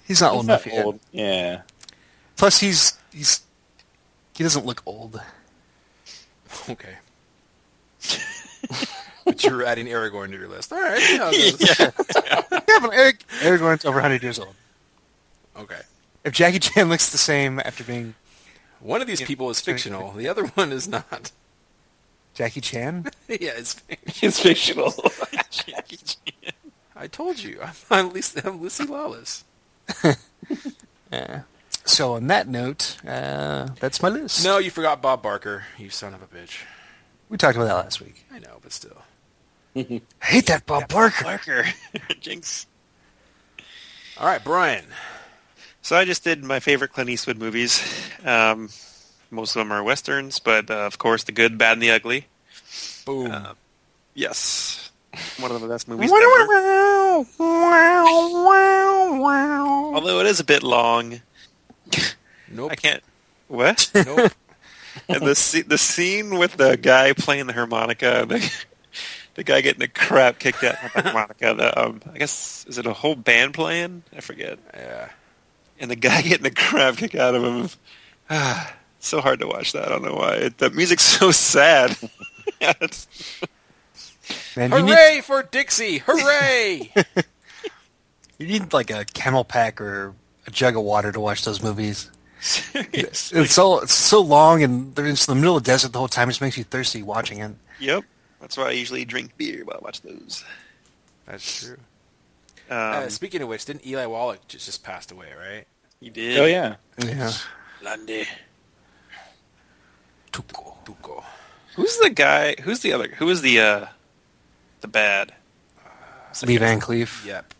S4: he's not old
S5: He's
S4: enough
S5: not
S4: yet.
S5: old. Yeah.
S4: Plus, he's he's he doesn't look old.
S1: okay. but you're adding Aragorn to your list. All right. yeah, that's-
S4: Yeah, but Eric Aragorn's over 100 years old.
S1: Okay.
S4: If Jackie Chan looks the same after being
S1: One of these people is fictional. The other one is not.
S4: Jackie Chan,
S1: yeah, it's.
S5: It's fictional.
S1: I told you. I'm, I'm, Lucy, I'm Lucy Lawless.
S4: so on that note, uh, that's my list.
S1: No, you forgot Bob Barker. You son of a bitch.
S4: we talked about that last week.
S1: I know, but still.
S4: I hate that Bob Barker.
S3: Barker, Jinx.
S1: All right, Brian.
S3: So I just did my favorite Clint Eastwood movies. Um, most of them are westerns, but uh, of course, the good, bad, and the ugly. Uh,
S1: Boom.
S3: Yes, one of the best movies. ever. Although it is a bit long,
S1: nope.
S3: I can't. What?
S1: Nope.
S3: and the sce- the scene with the guy playing the harmonica, the, the guy getting the crap kicked out of the harmonica. The, um, I guess is it a whole band playing? I forget.
S1: yeah.
S3: And the guy getting the crap kicked out of him. Ah, so hard to watch that. I don't know why. It, the music's so sad. It's-
S4: Man, you need,
S1: Hooray for Dixie! Hooray!
S4: you need like a camel pack or a jug of water to watch those movies.
S3: Seriously.
S4: It's all it's so long and they're just in the middle of the desert the whole time. It just makes you thirsty watching it.
S3: Yep. That's why I usually drink beer while I watch those.
S1: That's true.
S3: Um,
S1: uh, speaking of which, didn't Eli Wallach just, just passed away, right?
S3: you did.
S5: oh yeah.
S4: Yeah.
S3: Lundy.
S1: Tuco. Tuco.
S3: Who's the guy? Who's the other? Who is the uh, the bad?
S4: Lee Van Cleef.
S1: Yep.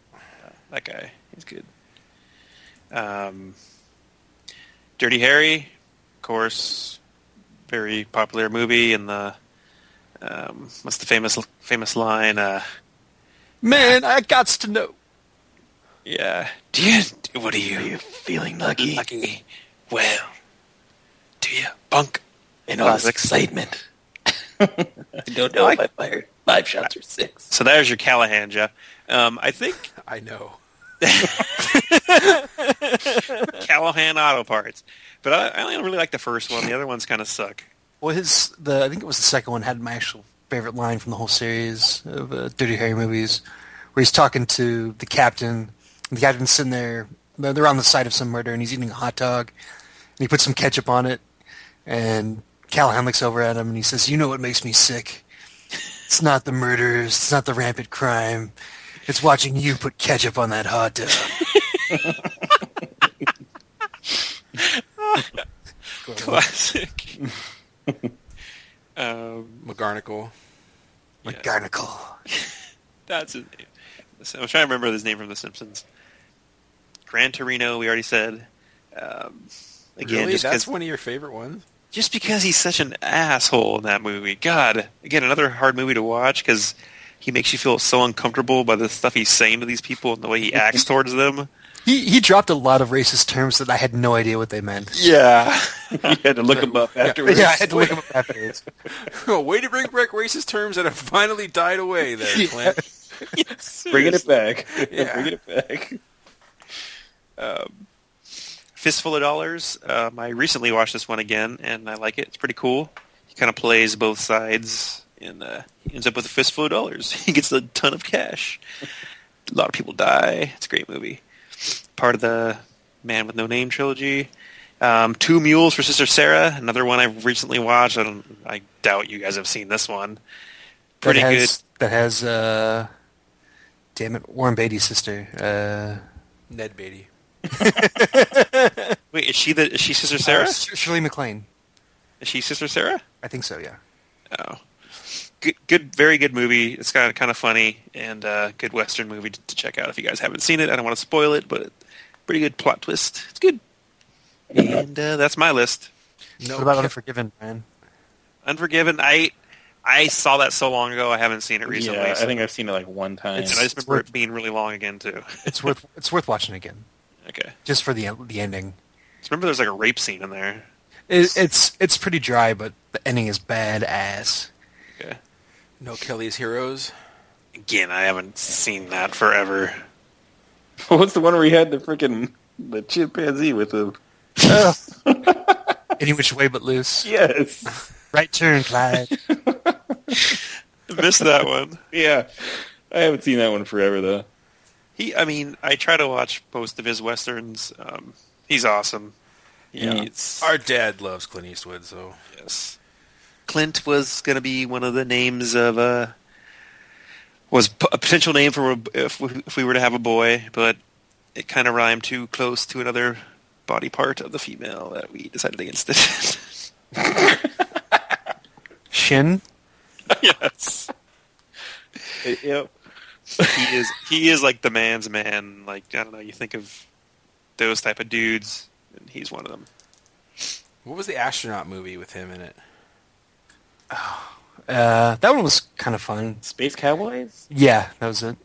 S3: That guy. He's good. Um, Dirty Harry, of course, very popular movie. And the um, what's the famous famous line? Uh,
S4: Man, I got to know.
S5: Yeah.
S3: Do you? What are you?
S8: feeling lucky?
S3: Lucky.
S8: Well, do you, punk? In all this
S3: Classic.
S8: excitement, I don't know if I fired five shots or six.
S3: So there's your Callahan, Jeff. Um, I think
S1: I know.
S3: Callahan Auto Parts, but I, I only really like the first one. The other ones kind of suck.
S4: Well, his the I think it was the second one had my actual favorite line from the whole series of uh, Dirty Harry movies, where he's talking to the captain. And the captain's sitting there; they're, they're on the site of some murder, and he's eating a hot dog, and he puts some ketchup on it. And Callahan looks over at him, and he says, "You know what makes me sick? It's not the murders, it's not the rampant crime, it's watching you put ketchup on that hot dog."
S3: Classic. um,
S1: McGarnacle.
S4: Like Garnacle.
S3: that's his name. So I'm trying to remember his name from The Simpsons. Gran Torino, we already said. Um, again,
S1: really?
S3: just
S1: That's
S3: because
S1: one of your favorite ones?
S3: just because he's such an asshole in that movie. God, again, another hard movie to watch because he makes you feel so uncomfortable by the stuff he's saying to these people and the way he acts towards them.
S4: He he dropped a lot of racist terms that I had no idea what they meant.
S5: Yeah. you had to look him up afterwards.
S4: Yeah, I had to look 'em up afterwards.
S1: Oh, way to bring back racist terms that have finally died away there, Clint.
S5: Bringing it back.
S1: Yeah.
S5: Bringing it back.
S3: Fistful of Dollars. Um, I recently watched this one again, and I like it. It's pretty cool. He kind of plays both sides, and uh, he ends up with a fistful of dollars. he gets a ton of cash. A lot of people die. It's a great movie. Part of the Man with No Name trilogy. Um, Two Mules for Sister Sarah. Another one I've recently watched. I, don't, I doubt you guys have seen this one. Pretty
S4: that
S3: good.
S4: has, That has, uh, damn it, Warren Beatty's sister. Uh,
S1: Ned Beatty.
S3: Wait, is she the is she Sister Sarah?
S4: uh, Sh- Shirley MacLaine.
S3: Is she Sister Sarah?
S4: I think so. Yeah.
S3: Oh, good, good, very good movie. It's kind of kind of funny and uh, good western movie to, to check out if you guys haven't seen it. I don't want to spoil it, but pretty good plot twist. It's good. And uh, that's my list.
S1: No,
S4: what about
S1: Ke-
S4: Unforgiven, man?
S3: Unforgiven. I I saw that so long ago. I haven't seen it recently.
S5: Yeah, I
S3: so-
S5: think I've seen it like one time.
S3: and I just remember it being really long again too.
S4: It's worth it's worth watching again
S3: okay.
S4: just for the en- the ending.
S3: Just remember there's like a rape scene in there.
S4: It, it's it's pretty dry, but the ending is badass.
S3: Okay.
S1: no Kelly's Heroes.
S3: Again, I haven't seen that forever.
S5: What's the one where he had the freaking the chimpanzee with him?
S4: Any which way but loose.
S5: Yes.
S4: Right turn, Clyde.
S3: Missed that one.
S5: yeah. I haven't seen that one forever though.
S3: He, I mean, I try to watch most of his westerns. Um, he's awesome.
S5: Yeah.
S3: He's-
S1: Our dad loves Clint Eastwood, so
S3: Yes. Clint was going to be one of the names of a was p- a potential name for a, if we, if we were to have a boy, but it kind of rhymed too close to another body part of the female that we decided against it.
S4: Shin.
S3: yes.
S5: Yep.
S3: He is he is like the man's man. Like I don't know, you think of those type of dudes and he's one of them.
S1: what was the astronaut movie with him in it?
S4: Uh, that one was kind of fun.
S5: Space Cowboys?
S4: Yeah, that was it.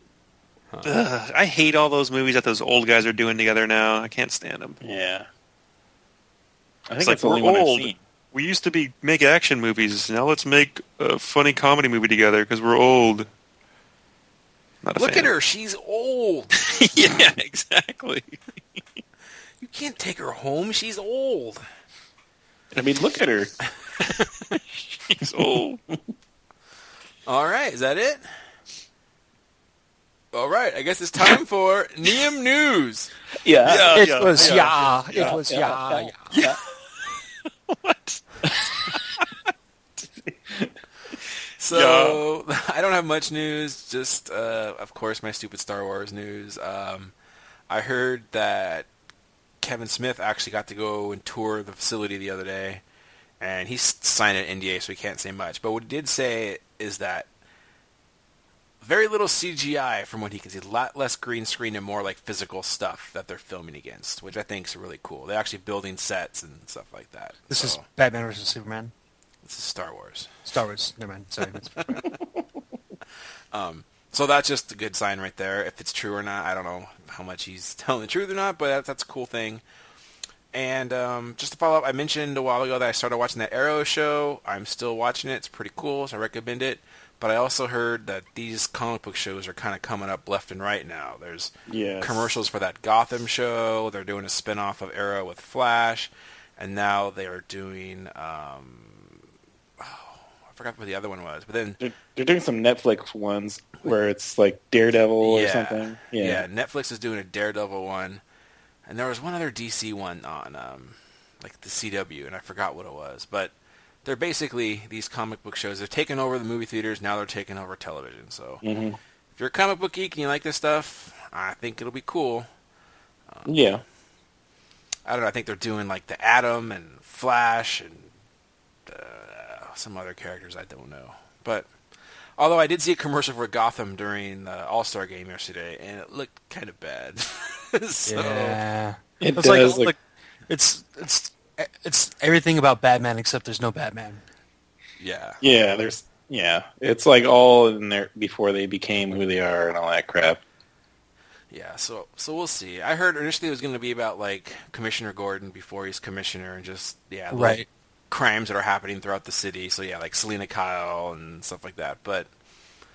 S3: Ugh, Uh, I hate all those movies that those old guys are doing together now. I can't stand them.
S5: Yeah. I
S3: It's
S5: think
S3: like
S5: that's the only
S3: we're
S5: one I've
S3: old.
S5: seen.
S3: we used to be make action movies. Now let's make a funny comedy movie together because we're old. Not a
S1: Look
S3: fan.
S1: at her, she's old.
S3: yeah, exactly.
S1: You can't take her home, she's old.
S5: I mean look at her.
S3: He's old.
S1: All right, is that it? All right, I guess it's time for Neum News.
S5: Yeah.
S3: Yeah,
S4: it
S3: yeah.
S4: was
S5: yeah,
S4: yeah.
S5: yeah,
S4: It was
S5: yeah,
S4: yeah. yeah.
S3: What?
S1: So I don't have much news. Just uh, of course my stupid Star Wars news. Um, I heard that Kevin Smith actually got to go and tour the facility the other day, and he s- signed an NDA, so he can't say much. But what he did say is that very little CGI from what he can see, a lot less green screen and more like physical stuff that they're filming against, which I think is really cool. They're actually building sets and stuff like that.
S4: This is
S1: So,
S4: Batman versus Superman.
S1: this is Star Wars.
S4: Star Wars. Never mind. Sorry.
S1: So that's just a good sign right there. If it's true or not, I don't know how much he's telling the truth or not, but that's, that's a cool thing. And um, just to follow up, I mentioned a while ago that I started watching that Arrow show. I'm still watching it. It's pretty cool, so I recommend it. But I also heard that these comic book shows are kind of coming up left and right now. There's
S5: Yes.
S1: commercials for that Gotham show. They're doing a spin-off of Arrow with Flash. And now they are doing... Um, oh, I forgot what the other one was. But then
S5: They're, they're doing some Netflix ones where it's like Daredevil or something.
S1: Yeah. Netflix is doing a Daredevil one, and there was one other DC one on um, like the CW, and I forgot what it was. But they're basically these comic book shows. They're taking over the movie theaters now. They're taking over television. So
S5: Mm-hmm.
S1: if you're a comic book geek and you like this stuff, I think it'll be cool.
S5: Yeah.
S1: I don't know. I think they're doing like the Atom and Flash and uh, some other characters I don't know. But although I did see a commercial for Gotham during the All Star game yesterday, and it looked kind of bad. so
S4: Yeah.
S5: It
S4: it's
S5: does,
S4: like,
S5: like-
S4: it's it's it's everything about Batman except there's no Batman.
S1: yeah,
S5: Yeah, there's yeah. It's like all in there before they became who they are and all that crap.
S1: yeah. So so we'll see. I heard initially it was going to be about like Commissioner Gordon before he's commissioner, and just yeah, little
S4: Right.
S1: crimes that are happening throughout the city. So yeah, like Selena Kyle and stuff like that. But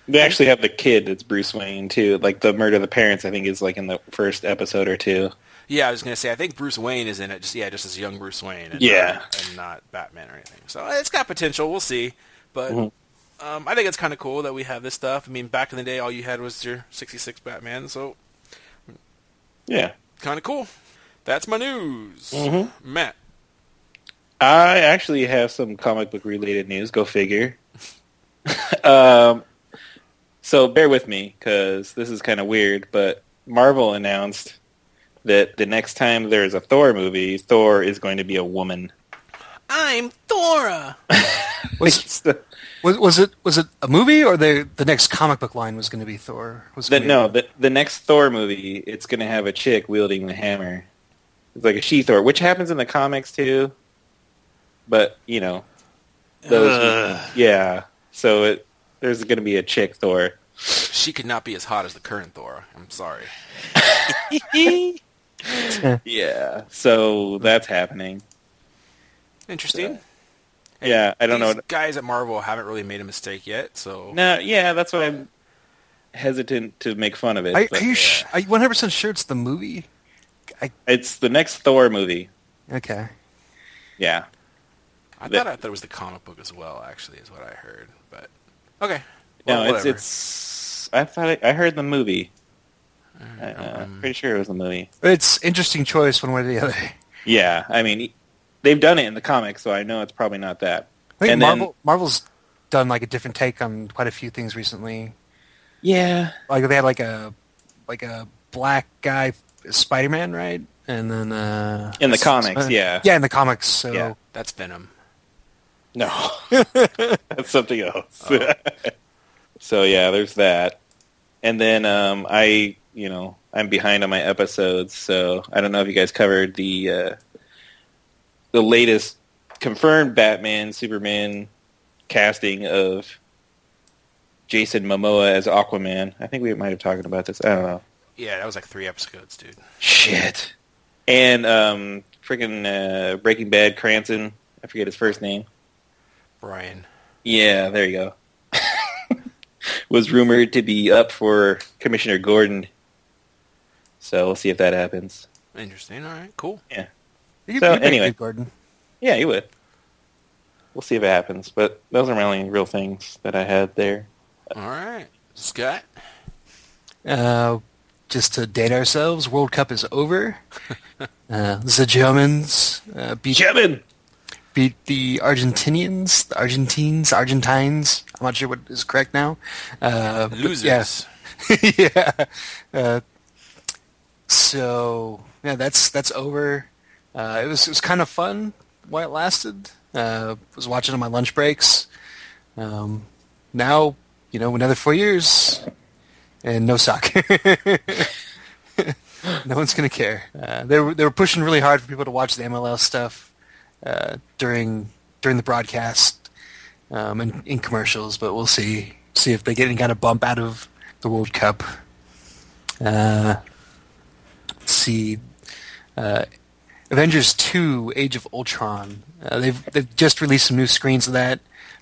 S5: They actually have the kid that's Bruce Wayne too. Like the murder of the parents I think is like in the first episode or two.
S1: Yeah, I was gonna say I think Bruce Wayne is in it. Just yeah, just as young Bruce Wayne. And
S5: Yeah.
S1: not, and not Batman or anything. So it's got potential. We'll see. But um, I think it's kind of cool that we have this stuff. I mean, back in the day, all you had was your '66 Batman. So
S5: Yeah.
S1: kind of cool. That's my news, Matt.
S5: I actually have some comic book related news. Go figure. um, so bear with me because this is kind of weird, but Marvel announced that the next time there is a Thor movie, Thor is going to be a woman.
S1: I'm Thora.
S5: It's the-
S4: Was, was it was it a movie or the the next comic book line was going to be Thor? Was
S5: the,
S4: weird.
S5: no, the, the next Thor movie, it's going to have a chick wielding the hammer. It's like a she Thor, which happens in the comics too. But you know, those
S3: Ugh.
S5: yeah. So it, there's going to be a chick Thor.
S1: She could not be as hot as the current Thora. I'm sorry.
S5: Yeah. So that's happening.
S1: Interesting.
S5: Yeah, I don't
S1: These
S5: know.
S1: Guys at Marvel haven't really made a mistake yet. So
S5: No, yeah, that's why I'm hesitant to make fun of it.
S4: Are,
S5: but
S4: are you sh- are you 100 percent sure it's the movie?
S5: It's the next Thor movie.
S4: Okay.
S5: Yeah.
S1: I
S5: that-
S1: thought I thought it was the comic book as well. Actually, is what I heard. But okay.
S5: No,
S1: Well,
S5: it's
S1: whatever.
S5: it's. I thought I, I heard the movie. I, am pretty sure it was the movie.
S4: It's interesting choice one way or the other. I
S5: Yeah, I mean, they've done it in the comics, so I know it's probably not that.
S4: think
S5: And then-
S4: Marvel Marvel's done like a different take on quite a few things recently.
S5: yeah,
S4: Like they had like a like a black guy Spider Man, right? And then uh,
S5: In the
S4: S-
S5: comics,
S4: uh,
S5: yeah.
S4: yeah, in the comics. So
S5: Yeah.
S1: That's Venom.
S5: no, that's something else.
S4: Oh.
S5: so yeah, there's that. And then um, I, you know, I'm behind on my episodes, so I don't know if you guys covered the uh, the latest confirmed Batman Superman casting of Jason Momoa as Aquaman. I think we might have talked about this. I don't know.
S1: Yeah, that was like three episodes, dude.
S5: Shit. And um, freaking uh, Breaking Bad Cranston. I forget his first name.
S1: Brian.
S5: Yeah, there you go. was rumored to be up for Commissioner Gordon. So we'll see if that happens.
S1: Interesting. All right, cool.
S4: You could-
S5: So,
S4: you could
S5: anyway.
S4: do Gordon.
S5: Yeah, he would. We'll see if it happens. But those are my only real things that I had there.
S1: All right, Scott.
S4: Uh, just to date ourselves, World Cup is over. uh, the Germans uh, beat
S5: Kevin!
S4: beat the Argentinians, the Argentines, Argentines. I'm not sure what is correct now. Uh, but
S1: Losers.
S4: yeah. yeah. Uh, so yeah, that's that's over. Uh, it was it was kind of fun while it lasted. Uh, was watching on my lunch breaks. Um, now you know another four years, and no soccer. no one's gonna care. Uh, they were they were pushing really hard for people to watch the MLS stuff uh, during during the broadcast um, and in commercials, but we'll see see if they get any kind of bump out of the the World Cup. Uh, let's see, uh, Avengers Two: Age of Ultron. Uh, they've they've just released some new screens of that.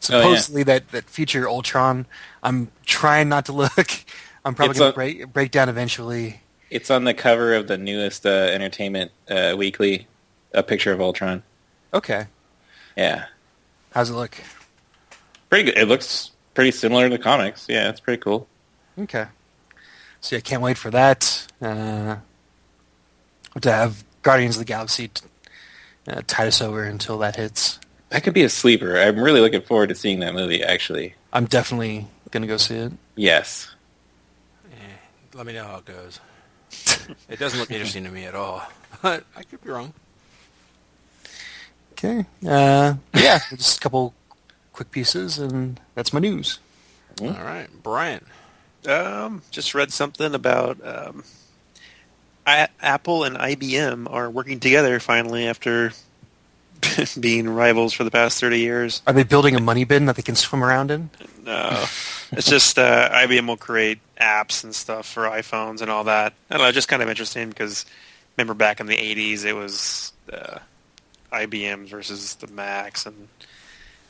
S5: Oh, yeah.
S4: Supposedly that that feature Ultron. I'm trying not to look. I'm probably
S5: It's
S4: gonna
S5: a-
S4: break break down eventually.
S5: It's on the cover of the newest uh, Entertainment uh, Weekly, a picture of Ultron.
S4: Okay,
S5: Yeah,
S4: how's it look?
S5: pretty good. It looks pretty similar to the comics. Yeah, it's pretty cool.
S4: Okay. So yeah, can't wait for that. Uh, to have Guardians of the Galaxy t- uh, tide us over until that hits.
S5: That could be a sleeper. I'm really looking forward to seeing that movie. Actually,
S4: I'm definitely gonna go see it.
S5: yes.
S1: Let me know how it goes. it doesn't look interesting to me at all, but I could be wrong.
S4: Okay. Uh, yeah, just a couple quick pieces, and that's my news.
S1: All right, Brian.
S3: Um, just read something about um, I- Apple and IBM are working together finally after being rivals for the past thirty years.
S4: Are they building a money bin that they can swim around in?
S3: No, it's just uh, IBM will create apps and stuff for iPhones and all that. I don't know, just kind of interesting because remember back in the '80s, it was uh, IBM versus the Macs, and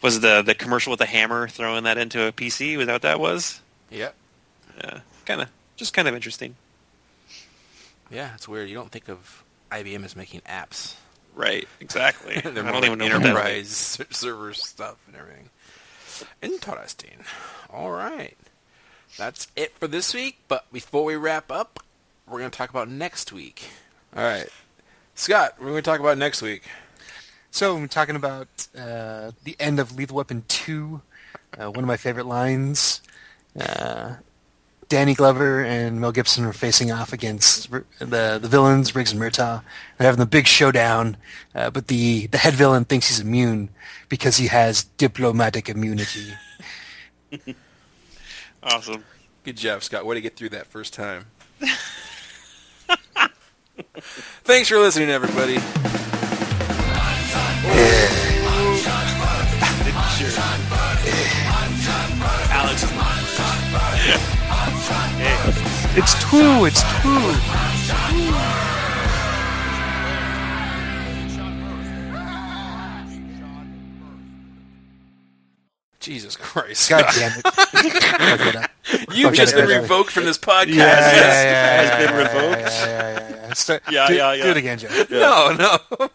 S3: was the the commercial with the hammer throwing that into a PC? Was that what that was?
S1: Yeah,
S3: Yeah, kind of, just kind of interesting,
S1: yeah, it's weird. You don't think of IBM as making apps.
S3: right? Exactly. I
S1: They're
S3: don't
S1: more
S3: even know
S1: like
S3: what that was.
S1: enterprise ser- server stuff and everything. Interesting. All right, that's it for this week. But before we wrap up, we're going to talk about next week. All right, Scott, we're going to talk about next week.
S4: So I'm talking about uh, the end of Lethal Weapon 2, uh, one of my favorite lines. Uh, Danny Glover and Mel Gibson are facing off against R- the the villains Riggs and Murtaugh. They're having the big showdown, uh, but the the head villain thinks he's immune because he has diplomatic immunity.
S3: Awesome.
S1: Good job, Scott. Way to get through that first time. Thanks for listening, everybody.
S3: Alex is
S4: It's true. It's true.
S1: Jesus Christ,
S4: God damn it! Fuck it up.
S1: You've
S4: Okay,
S1: just
S4: okay,
S1: been
S4: okay.
S1: revoked from this podcast.
S4: yeah, yeah, yeah,
S5: has
S4: yeah,
S5: been
S4: yeah,
S5: revoked.
S4: yeah, yeah, yeah. Sta-
S3: Yeah,
S4: do,
S3: yeah, yeah.
S4: do it again, Joe.
S1: No, no.